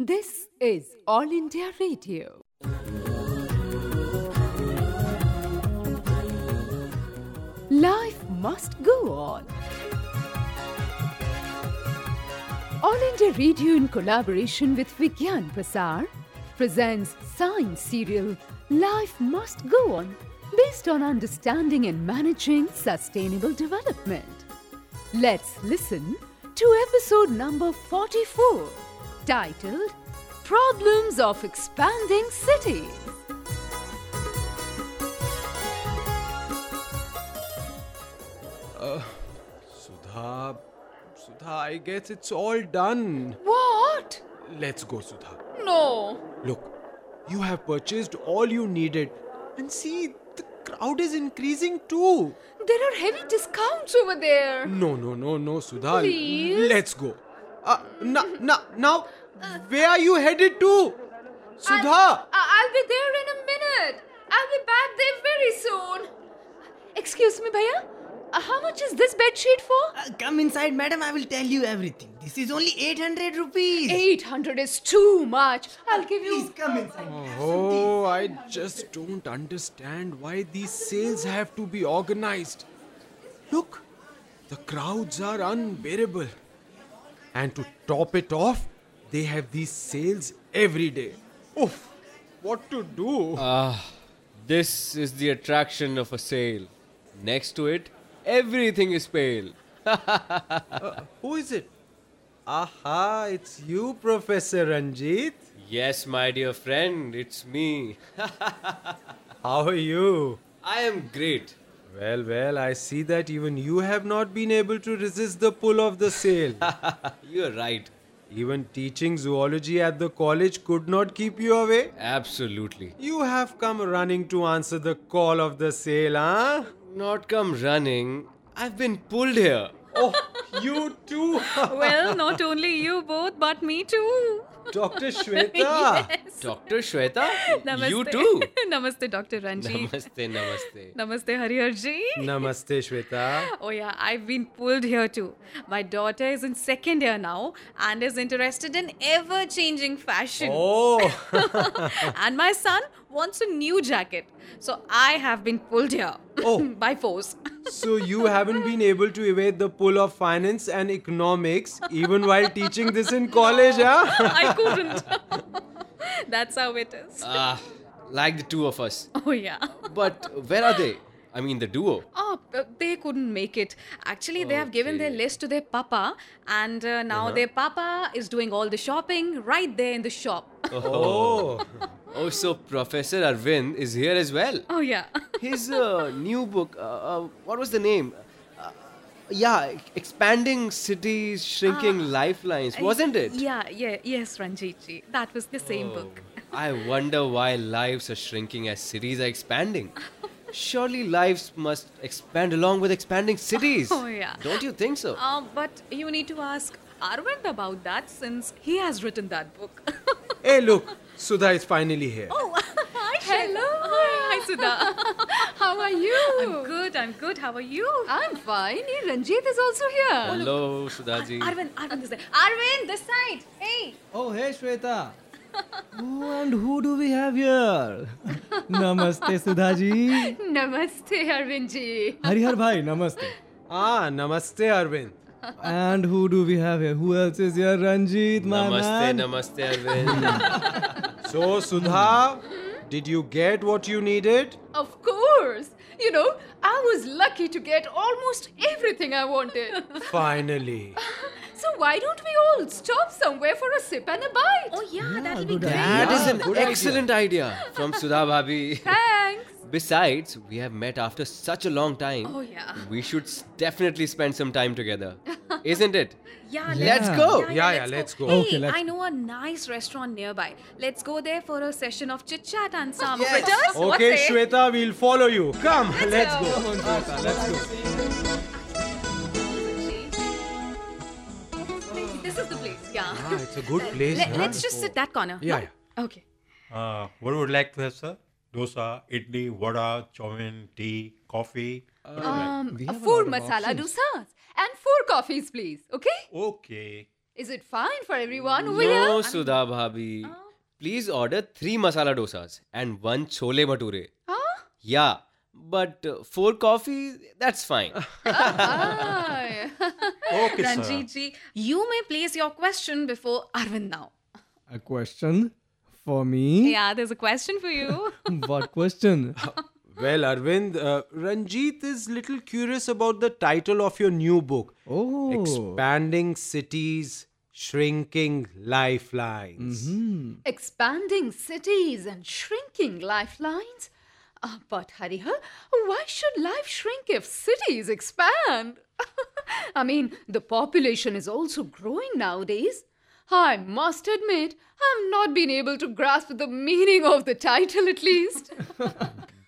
This is All India Radio. Life must go on. All India Radio, in collaboration with Vigyan Prasar, presents science serial Life Must Go On, based on understanding and managing sustainable development. Let's listen to episode number 44, titled Problems of Expanding Cities. Sudha, Sudha, I guess it's all done. What? Let's go, Sudha. No. Look, you have purchased all you needed. And see, the crowd is increasing too. There are heavy discounts over there. Mm, No, no, no, no, Sudha. Please? Let's go. Uh, na, na, now, where are you headed to? Sudha! I'll, I- I'll be there in a minute. I'll be back there very soon. Excuse me, Bhaiya. Uh, How much is this bed sheet for? Uh, come inside, madam. I will tell you everything. This is only 800 rupees. 800 is too much. I'll give Please you. come inside. Have some tea. Oh, I just don't understand why these sales have to be organized. Look, the crowds are unbearable. And to top it off, they have these sales every day. Oof, what to do? This is the attraction of a sale. Next to it, everything is pale. Who is it? Aha, it's you, Professor Ranjit. Yes, my dear friend, it's me. How are you? I am great. Well, well, I see that even you have not been able to resist the pull of the sale. You're right. Even teaching zoology at the college could not keep you away. Absolutely. You have come running to answer the call of the sale, huh? Not come running. I've been pulled here. Oh, you too, Well, not only you both, but me too. Dr. Ah. Shweta. Dr. Shweta, you too. Namaste, Dr. Ranjit. namaste, namaste. Namaste, Hariyarji. Namaste, Shweta. Oh, yeah, I've been pulled here too. My daughter is in second year now and is interested in ever changing fashion. Oh, and my son wants a new jacket. So I have been pulled here Oh. by force. so you haven't been able to evade the pull of finance and economics even while teaching this in college, huh? I couldn't. That's how it is. Ah, like the two of us. oh, yeah. But where are they? I mean, the duo. Oh, but they couldn't make it. Actually, they have given their list to their papa, and uh, now Uh-huh. their papa is doing all the shopping right there in the shop. Oh, Oh, so Professor Arvind is here as well. oh yeah. His uh, new book, uh, uh, what was the name? Uh, yeah, Expanding Cities, Shrinking Lifelines, wasn't it? Ah. Uh, Oh. Yeah, yeah, yes, Ranjitji. That was the same book. I wonder why lives are shrinking as cities are expanding. Surely lives must expand along with expanding cities. Oh, yeah. Don't you think so? Uh, but you need to ask Arvind about that since he has written that book. hey, look, Sudha is finally here. Oh, Hello. Hi, hi, Sudha. How are you? I'm good, I'm good. How are you? I'm fine. Hey, Ranjit is also here. Hello, Sudhaji. Arvind, Arvind is there. Arvind, this side. Hey. Oh, hey, Shweta. who and who do we have here? namaste, Sudhaji. Namaste, Arvindji. Harihar Bhai, namaste. Ah, namaste, Arvind. And who do we have here? Who else is here? Ranjit, my Namaste, man. namaste, Arvind. So, Sudha, did you get what you needed? Of course. You know, I was lucky to get almost everything I wanted. Finally. so why don't we all stop somewhere for a sip and a bite? Oh, yeah, that'll be good great. idea. That is Yeah, an good idea. excellent idea from Sudha Bhabhi. Thanks. Besides, we have met after such a long time. Oh, yeah. We should s- definitely spend some time together. Isn't it? Yeah, Let's go. Yeah, yeah, let's go. Hey, Okay, let's- I know a nice restaurant nearby. Let's go there for a session of chit chat and some Yes. fritters. What Okay, say? Shweta, we'll follow you. Come, let's go. This is the place. Yeah. Ah, it's a good place. Let, let's just sit that corner. Yeah, yeah. Okay. Uh, what would you like to have, sir? Dosa, idli, vada, chowmin, tea, coffee. What do you like? Um, four masala dosas and four coffees, please. Okay? Okay. Is it fine for everyone? Will ya? No, Sudha Bhabhi. Oh. Please order three masala dosas and one chole bhature. Huh? Yeah, but uh, four coffees, that's fine. Ah, Okay, sir. Ranjit ji, you may place your question before Arvind now. A question for me? Yeah, there's a question for you. What question? Well, Arvind, uh, Ranjit is little curious about the title of your new book. Oh. Expanding Cities, Shrinking Lifelines. Mm-hmm. Expanding cities and shrinking lifelines? Ah, but Harihar, why should life shrink if cities expand? I mean, the population is also growing nowadays. I must admit, I've not been able to grasp the meaning of the title at least.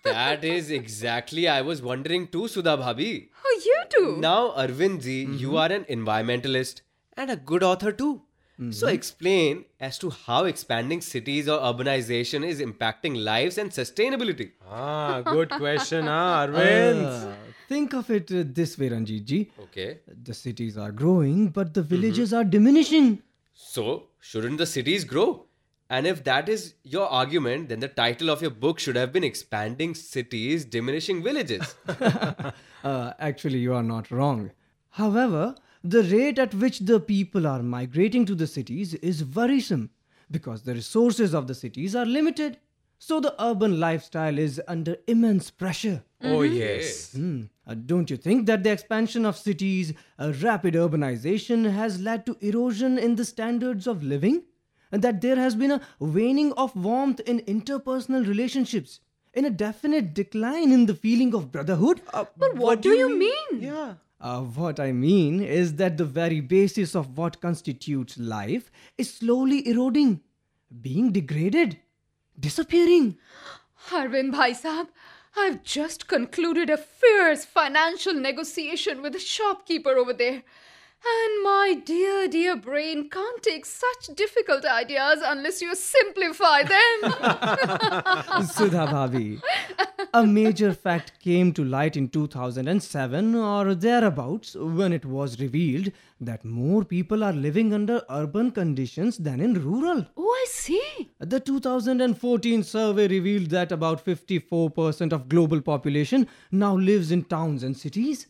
that is exactly I was wondering too, Sudha Bhabhi. Oh, you too. Now, Arvind ji, you are an environmentalist and a good author too. So, explain as to how expanding cities or urbanization is impacting lives and sustainability. Ah, good question, ah, Arvind. Uh, think of it uh, this way, Ranjit ji. Okay. The cities are growing, but the villages are diminishing. So, shouldn't the cities grow? And if that is your argument, then the title of your book should have been Expanding Cities, Diminishing Villages. Uh, actually, you are not wrong. However, the rate at which the people are migrating to the cities is worrisome because the resources of the cities are limited. So the urban lifestyle is under immense pressure. Oh, yes. Hmm, uh, don't you think that the expansion of cities, uh, rapid urbanization, has led to erosion in the standards of living? And that there has been a waning of warmth in interpersonal relationships, in a definite decline in the feeling of brotherhood? Uh, But what, do you mean? Yeah. Uh, what I mean is that the very basis of what constitutes life is slowly eroding, being degraded, disappearing. Arvind Bhai Saab, I've just concluded a fierce financial negotiation with a shopkeeper over there. And my dear, dear brain can't take such difficult ideas unless you simplify them. Sudha Bhavi. A major fact came to light in 2007 or thereabouts when it was revealed that more people are living under urban conditions than in rural. oh, I see. The 2014 survey revealed that about 54% of global population now lives in towns and cities.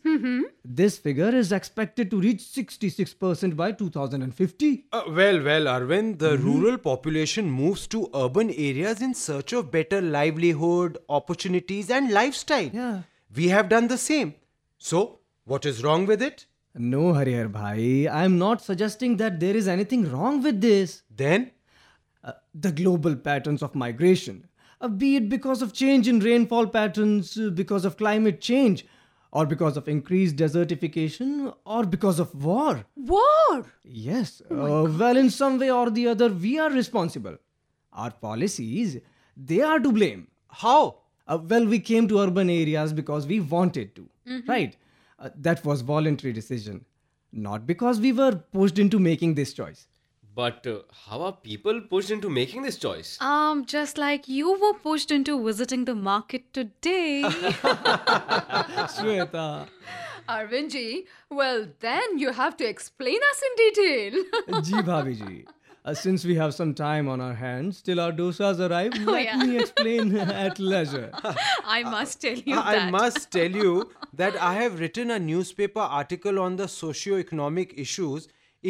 This figure is expected to reach 66% by 2050. Uh, well, well, Arvind, the rural population moves to urban areas in search of better livelihood, opportunities, and lifestyle. Yeah. We have done the same. So, what is wrong with it? No, Harihar Bhai, I am not suggesting that there is anything wrong with this. Then, uh, the global patterns of migration, uh, be it because of change in rainfall patterns, uh, because of climate change, or because of increased desertification, or because of war. War. Yes, uh, well, in some way or the other, we are responsible. Our policies, they are to blame. how? Uh, well, we came to urban areas because we wanted to, right? Uh, that was voluntary decision, not because we were pushed into making this choice. but uh, how are people pushed into making this choice? Um, just like you were pushed into visiting the market today. Shweta. Arvindji, well, then you have to explain us in detail. जी भाभी जी uh, since we have some time on our hands till our dosas arrive let yeah. me explain at leisure I must tell you I that. I must tell you that I have written a newspaper article on the socio-economic issues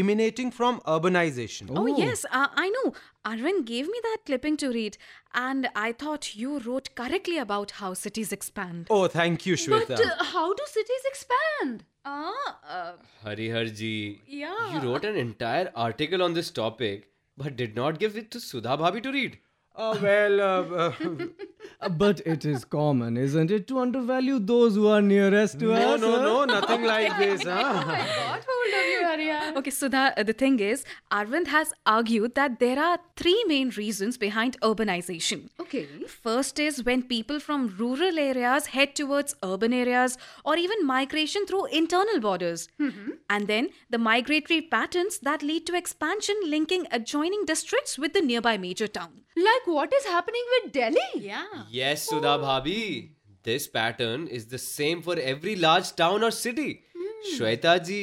emanating from urbanization. Oh, yes, uh, I know. Arvind gave me that clipping to read, and I thought you wrote correctly about how cities expand. Oh, thank you, Shweta. but uh, how do cities expand? Ah, uh, Harihar ji, Yeah. you wrote an entire article on this topic but did not give it to Sudha Bhabhi to read. Oh, well, uh, uh, Uh, but it is common isn't it to undervalue those who are nearest to no, us huh? no, no, nothing like this. Huh? Got hold of you, Arya. Okay, Sudha, uh, the thing is, Arvind has argued that there are three main reasons behind urbanization. Okay. First is when people from rural areas head towards urban areas or even migration through internal borders. And then the migratory patterns that lead to expansion linking adjoining districts with the nearby major town. Like what is happening with Delhi? uh, Yeah. Yes, oh. Sudha Bhabhi. Hmm. This pattern is the same for every large town or city. Shweta ji,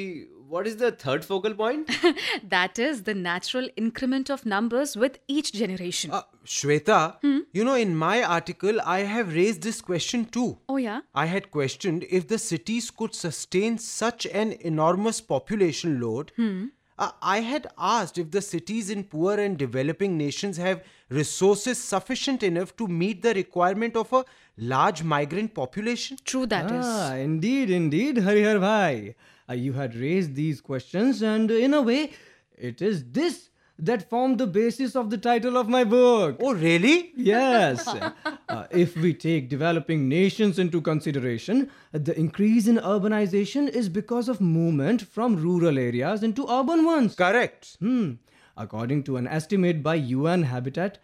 what is the third focal point? that is the natural increment of numbers with each generation. Uh, Shweta, you know, in my article, I have raised this question too. oh, yeah? I had questioned if the cities could sustain such an enormous population load. Uh, I had asked if the cities in poor and developing nations have resources sufficient enough to meet the requirement of a large migrant population. True, that is. ah, indeed, indeed, Harihar Bhai. Uh, you had raised these questions, and in a way, it is this that formed the basis of the title of my book. Oh, really? Yes. Uh, if we take developing nations into consideration, the increase in urbanization is because of movement from rural areas into urban ones. Correct. Hmm. According to an estimate by UN Habitat,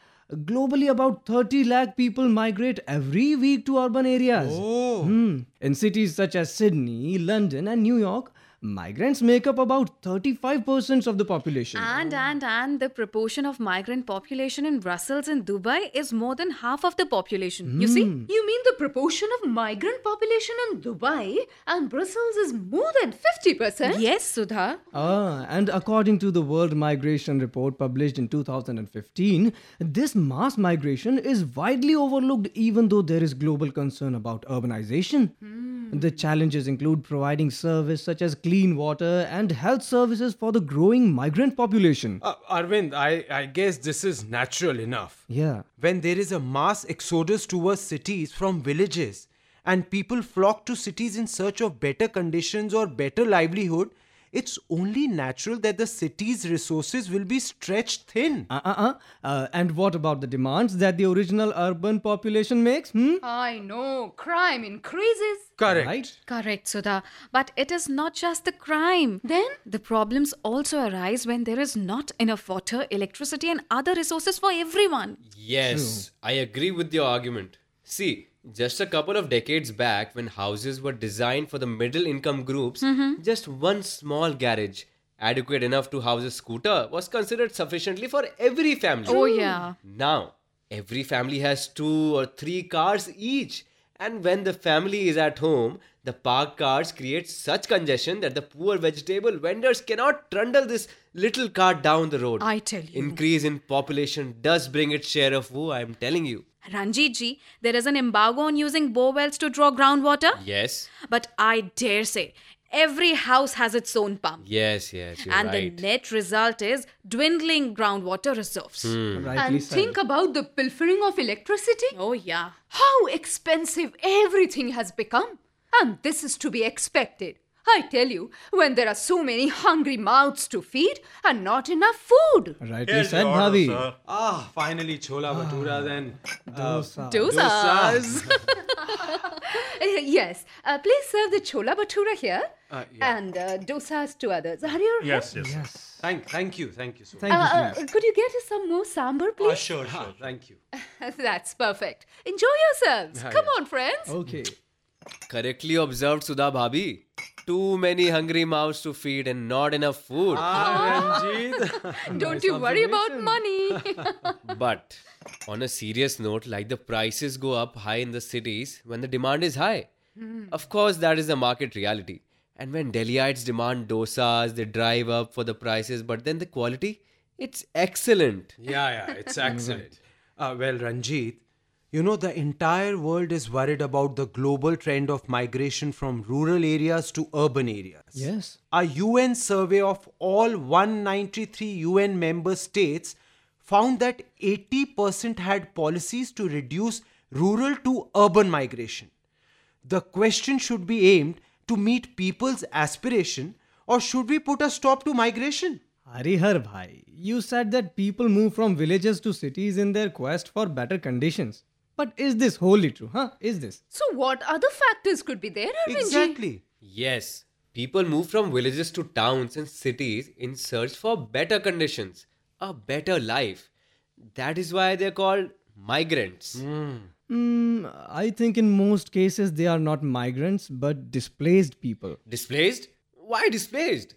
globally about 30 lakh people migrate every week to urban areas. Oh. Hmm. In cities such as Sydney, London, and New York, migrants make up about 35% of the population. And and and the proportion of migrant population in Brussels and Dubai is more than half of the population. You see? You mean the proportion of migrant population in Dubai and Brussels is more than 50%? Yes, Sudha. Ah, and according to the World Migration Report published in 2015, this mass migration is widely overlooked even though there is global concern about urbanization. Hmm. The challenges include providing service such as clean water and health services for the growing migrant population. Uh, Arvind, I, I guess this is natural enough. Yeah. when there is a mass exodus towards cities from villages and people flock to cities in search of better conditions or better livelihood, it's only natural that the city's resources will be stretched thin. Uh, uh, uh, uh, and what about the demands that the original urban population makes? Hmm? I know, crime increases. Correct. Right? Correct, Sudha. But it is not just the crime. Then? The problems also arise when there is not enough water, electricity, and other resources for everyone. Yes, I agree with your argument. See, just a couple of decades back, when houses were designed for the middle income groups, Mm-hmm. just one small garage, adequate enough to house a scooter, was considered sufficiently for every family. Oh, yeah. Now, every family has two or three cars each. And when the family is at home, the parked cars create such congestion that the poor vegetable vendors cannot trundle this little cart down the road. I tell you. Increase in population does bring its share of woe, I'm telling you. Ranjit ji, there is an embargo on using borewells to draw groundwater. Yes, But I dare say, every house has its own pump. yes, yes, you're and right. the net result is dwindling groundwater reserves. Hmm. Rightly And said. think about the pilfering of electricity. Oh, yeah. How expensive everything has become. And this is to be expected. I tell you, when there are so many hungry mouths to feed and not enough food. Uh, Rightly Here's said, your order, Bhavi. sir. Ah, finally, chola bhaturas and Dosa. Dosa. dosas. yes. Uh, please serve the chola bhatura here Uh, yeah. and uh, dosas to others. Hariyar, Oh, Yes, yes. Yes. Thank, thank you, thank you so much. Thank uh, you, uh, please. could you get us some more sambar, Ah, please? sure, sure. Ah, thank you. That's perfect. Enjoy yourselves. Yeah, Come yeah. on, friends. Okay. Correctly observed, Sudha Bhabi. Too many hungry mouths to feed and not enough food. Ah, Ranjit. Don't you worry about money. But on a serious note, like the prices go up high in the cities when the demand is high. Hmm. Of course, that is the market reality. And when Delhiites demand dosas, they drive up for the prices, but then the quality, it's excellent. Yeah, yeah, it's excellent. Uh, well, Ranjit, you know, the entire world is worried about the global trend of migration from rural areas to urban areas. Yes. A UN survey of all 193 UN member states found that 80% had policies to reduce rural to urban migration. The question should be aimed to meet people's aspiration or should we put a stop to migration? Harihar Bhai, you said that people move from villages to cities in their quest for better conditions. But is this wholly true, huh? Is this? so, what other factors could be there, Arvindji? Exactly. Yes, people move from villages to towns and cities in search for better conditions, a better life. That is why they're called migrants. Hmm, I think in most cases they are not migrants but displaced people. Displaced? Why displaced?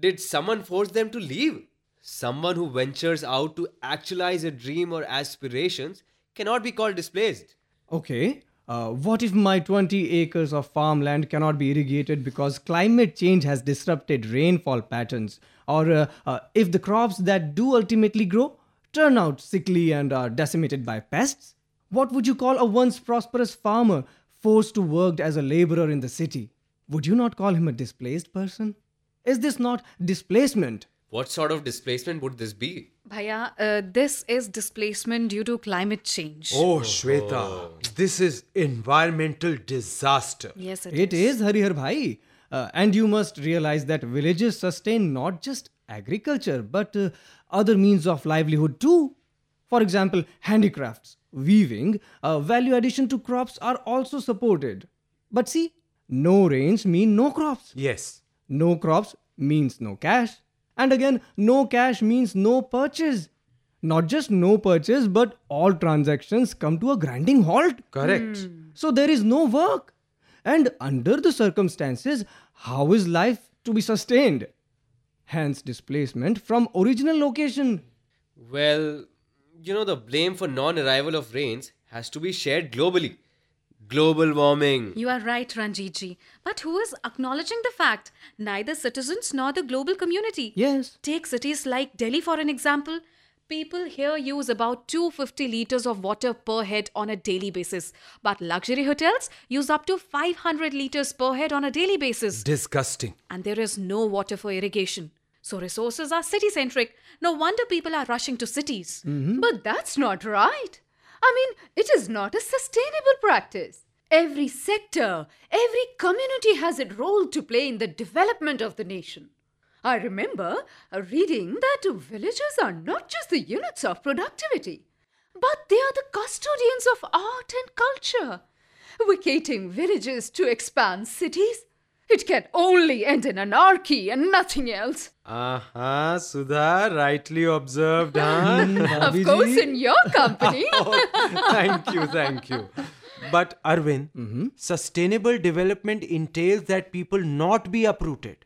Did someone force them to leave? Someone who ventures out to actualize a dream or aspirations cannot be called displaced. Okay, Uh, what if my 20 acres of farmland cannot be irrigated because climate change has disrupted rainfall patterns? Or uh, uh, if the crops that do ultimately grow turn out sickly and are decimated by pests? What would you call a once prosperous farmer forced to work as a laborer in the city? Would you not call him a displaced person? Is this not displacement? What sort of displacement would this be? Bhaiya, uh, this is displacement due to climate change. Oh, Shweta, this is environmental disaster. Yes, It is Harihar Bhai. Uh, and you must realize that villages sustain not just agriculture but uh, other means of livelihood too. For example, handicrafts, weaving, uh, value addition to crops are also supported. But see, no rains mean no crops. Yes. No crops means no cash. And again, no cash means no purchase. Not just no purchase, but all transactions come to a grinding halt. Correct. So there is no work. And under the circumstances, how is life to be sustained? Hence, displacement from original location. Well, you know, the blame for non arrival of rains has to be shared globally. Global warming. You are right, Ranjit ji. But who is acknowledging the fact? Neither citizens nor the global community. Yes. Take cities like Delhi for an example. People here use about 250 liters of water per head on a daily basis, but luxury hotels use up to 500 liters per head on a daily basis, Disgusting. and there is no water for irrigation. So resources are city centric. No wonder people are rushing to cities. Mm, But that's not right. I mean, it is not a sustainable practice. Every sector, every community has a role to play in the development of the nation. I remember uh, reading that villages are not just the units of productivity, but they are the custodians of art and culture. Vacating villages to expand cities? It can only end in anarchy and nothing else. Uh-huh, Sudha, rightly observed, huh? Bhabhi of course, ji, in your company. thank you, thank you. But Arvind, sustainable development entails that people not be uprooted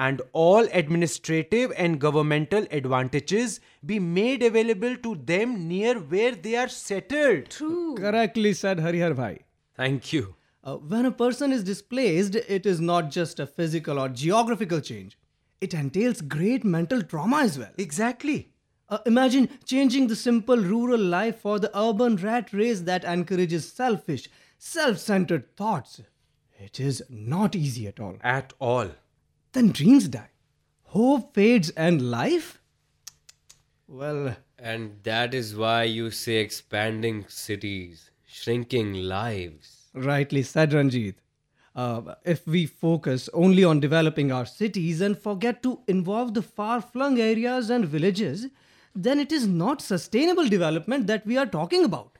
and all administrative and governmental advantages be made available to them near where they are settled. correctly said Harihar Bhai. Thank you. Uh, when a person is displaced, it is not just a physical or geographical change, it entails great mental trauma as well. Exactly. Uh, imagine changing the simple rural life for the urban rat race that encourages selfish, self centered thoughts. It is not easy at all. At all. Then dreams die, hope fades, and life? Well, And that is why you say expanding cities, shrinking lives. rightly said Ranjit. Uh, if we focus only on developing our cities and forget to involve the far flung areas and villages, then it is not sustainable development that we are talking about.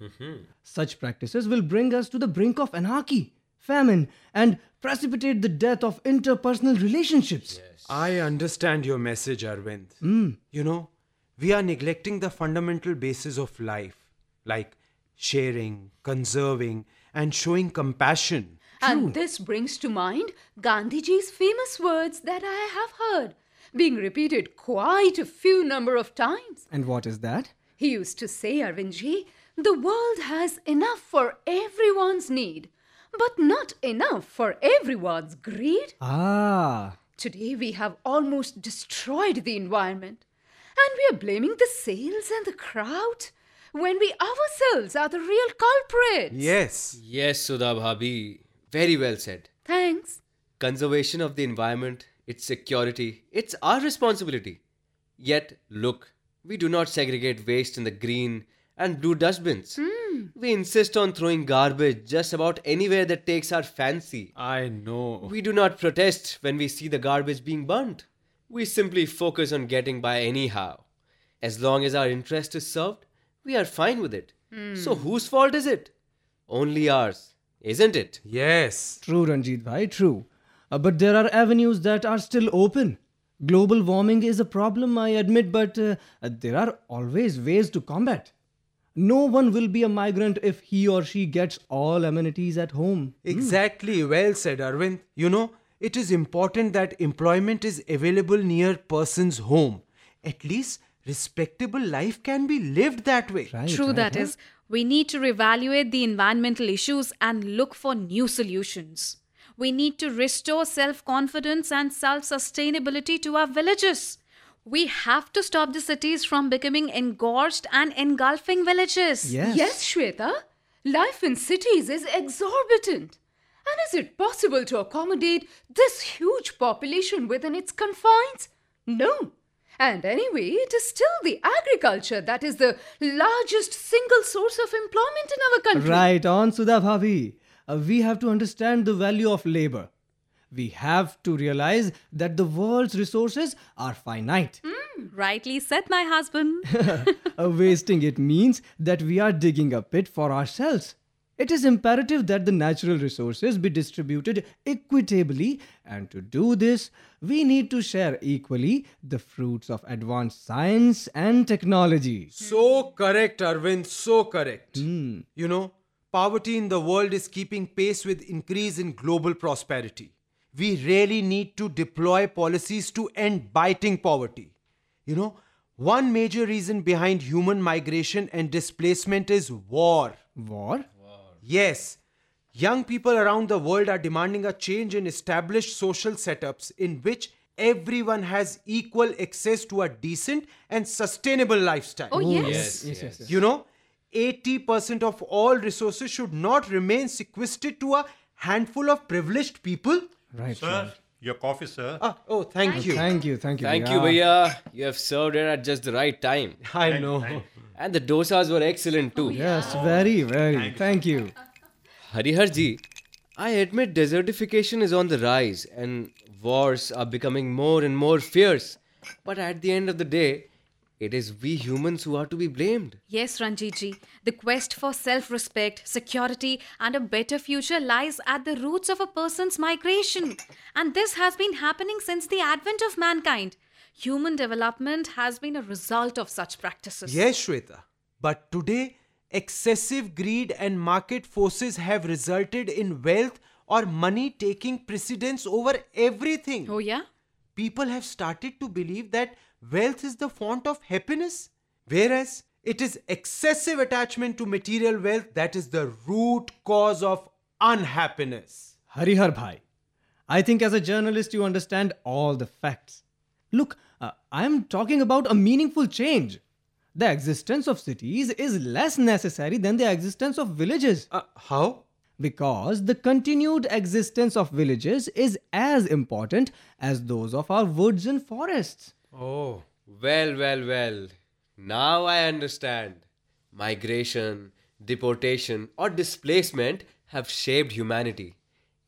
Such practices will bring us to the brink of anarchy, famine, and precipitate the death of interpersonal relationships. I understand your message, Arvind. You know, we are neglecting the fundamental basis of life, like sharing, conserving, and showing compassion. And this brings to mind Gandhiji's famous words that I have heard, being repeated quite a few number of times. And what is that? He used to say, Arvindji, the world has enough for everyone's need, but not enough for everyone's greed. Ah, Today we have almost destroyed the environment, and we are blaming the sales and the crowd when we ourselves are the real culprits. Yes. Yes, Sudha Bhabhi. Very well said. Thanks. Conservation of the environment, its security, it's our responsibility. Yet, look, we do not segregate waste in the green and blue dustbins. We insist on throwing garbage just about anywhere that takes our fancy. I know. We do not protest when we see the garbage being burnt. We simply focus on getting by anyhow. As long as our interest is served, we are fine with it. So, whose fault is it? Only ours, isn't it? Yes. True, Ranjit bhai, true. Uh, but there are avenues that are still open. Global warming is a problem, I admit, but uh, there are always ways to combat. No one will be a migrant if he or she gets all amenities at home. Exactly. Well said, Arvind. You know, it is important that employment is available near person's home. At least respectable life can be lived that way. Right, True right, that huh? is. We need to reevaluate the environmental issues and look for new solutions. We need to restore self confidence and self sustainability to our villages. We have to stop the cities from becoming engorged and engulfing villages. Yes. Yes, Shweta. Life in cities is exorbitant. And is it possible to accommodate this huge population within its confines? No. And anyway, it is still the agriculture that is the largest single source of employment in our country. Right on, Sudha Bhavi. Uh, we have to understand the value of labor. We have to realize that the world's resources are finite. Rightly said, my husband. Uh, wasting it means that we are digging a pit for ourselves. It is imperative that the natural resources be distributed equitably, and to do this, we need to share equally the fruits of advanced science and technology. So correct, Arvind. So correct. You know, poverty in the world is keeping pace with increase in global prosperity. We really need to deploy policies to end biting poverty. You know, one major reason behind human migration and displacement is war. War? Yes, young people around the world are demanding a change in established social setups in which everyone has equal access to a decent and sustainable lifestyle. Oh, Yes, yes. yes, yes. You know, 80% of all resources should not remain sequestered to a handful of privileged people. Right. Sir, your coffee, sir. Ah, oh, thank, you. Thank you, thank you. Thank Bhaiya. you, Bhaiya. You have served it at just the right time. I know. And the dosas were excellent too. Yes, very, very. Thank you. Harihar ji, I admit desertification is on the rise and wars are becoming more and more fierce. But at the end of the day, it is we humans who are to be blamed. Yes, Ranjitji. The quest for self respect, security, and a better future lies at the roots of a person's migration. And this has been happening since the advent of mankind. Human development has been a result of such practices. Yes, Shweta. But today, excessive greed and market forces have resulted in wealth or money taking precedence over everything. Oh, yeah? People have started to believe that wealth is the font of happiness, whereas it is excessive attachment to material wealth that is the root cause of unhappiness. Harihar Bhai, I think as a journalist you understand all the facts. Look, uh, I am talking about a meaningful change. The existence of cities is less necessary than the existence of villages Uh, how? because the continued existence of villages is as important as those of our woods and forests. Oh. Well, well, well. Now I understand. Migration, deportation, or displacement have shaped humanity.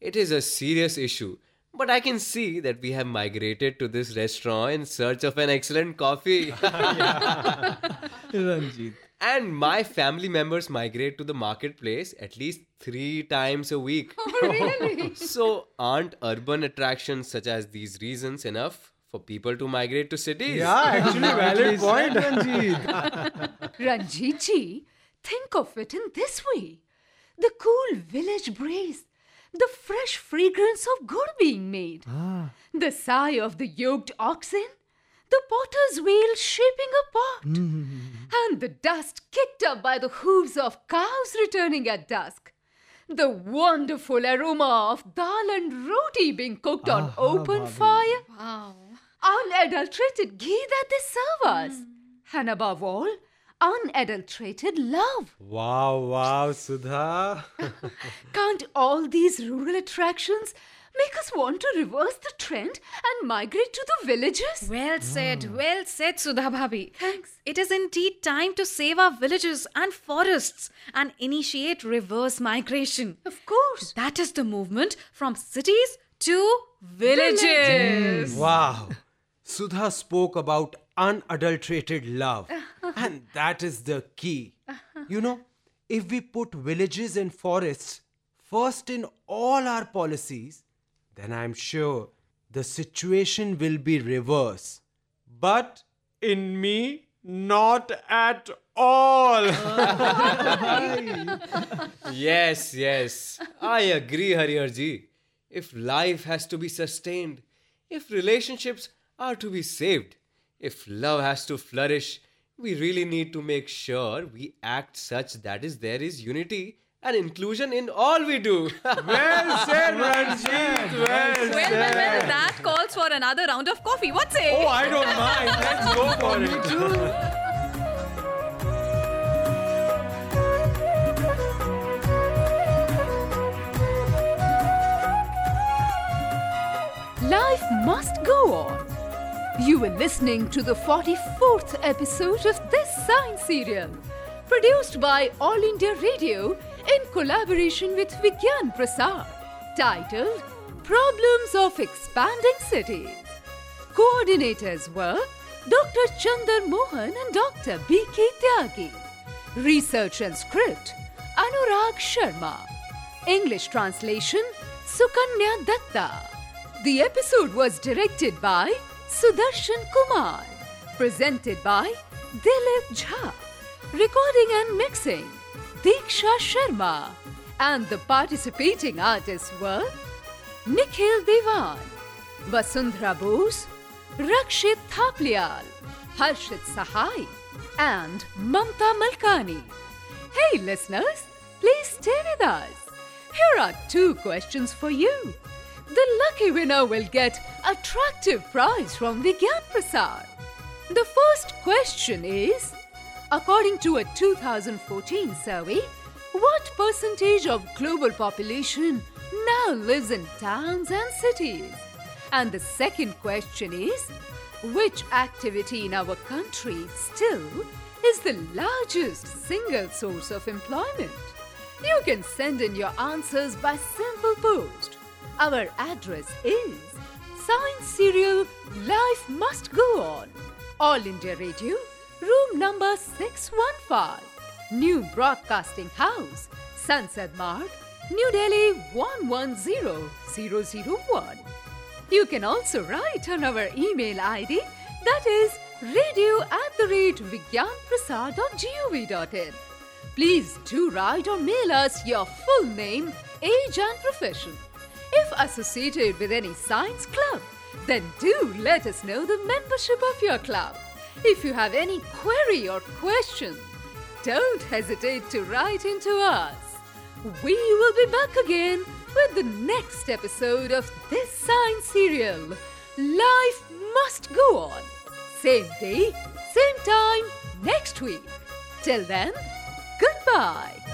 It is a serious issue, but I can see that we have migrated to this restaurant in search of an excellent coffee. Ranjit. And my family members migrate to the marketplace at least three times a week. really? So, aren't urban attractions such as these reasons enough for people to migrate to cities? Yeah, actually, valid point. Ranjitji, think of it in this way the cool village breeze, the fresh fragrance of gur being made, the sigh of the yoked oxen, the potter's wheel shaping a pot, and the dust kicked up by the hooves of cows returning at dusk. The wonderful aroma of dal and roti being cooked on open fire unadulterated ghee that they serve us, and above all, unadulterated love. Wow, wow, Sudha. Can't all these rural attractions make us want to reverse the trend and migrate to the villages? Well said, well said, Sudha Bhabi. Thanks. It is indeed time to save our villages and forests and initiate reverse migration. Of course. That is the movement from cities to villages. Wow. Sudha spoke about unadulterated love. And that is the key. You know, if we put villages and forests first in all our policies, then I'm sure the situation will be reverse. But in me, not at all. Yes, yes. I agree, Harihar ji. If life has to be sustained, if relationships are to be saved, if love has to flourish, We really need to make sure we act such that is there is unity and inclusion in all we do. Well said, Ranjit. Well Well, well, well, that calls for another round of coffee. What say? Oh, I don't mind. Let's go for it. Life must go on. You were listening to the 44th episode of this science serial, produced by All India Radio in collaboration with Vigyan Prasad, titled Problems of Expanding Cities. Coordinators were Dr. Chandar Mohan and Dr. B.K. Tyagi. Research and script Anurag Sharma. English translation Sukanya Datta. The episode was directed by Sudarshan Kumar, presented by Dilip Jha, recording and mixing Diksha Sharma, and the participating artists were Nikhil Devan, Vasundhara Bose, Rakshit Thapliyal, Harshit Sahai, and Mamta Malkani. Hey listeners, please stay with us. Here are two questions for you. The lucky winner will get attractive prize from Vigyan Prasad. The first question is According to a 2014 survey, what percentage of global population now lives in towns and cities? And the second question is Which activity in our country still is the largest single source of employment? You can send in your answers by simple post. Our address is Science Serial Life Must Go On, All India Radio, room number 615, New Broadcasting House, Sunset Mart, New Delhi 110001. You can also write on our email ID that is radio at the rate vigyanprasad.gov.in. Please do write or mail us your full name, age, and profession. If associated with any science club, then do let us know the membership of your club. If you have any query or question, don't hesitate to write into us. We will be back again with the next episode of this science serial. Life must go on. Same day, same time, next week. Till then, goodbye.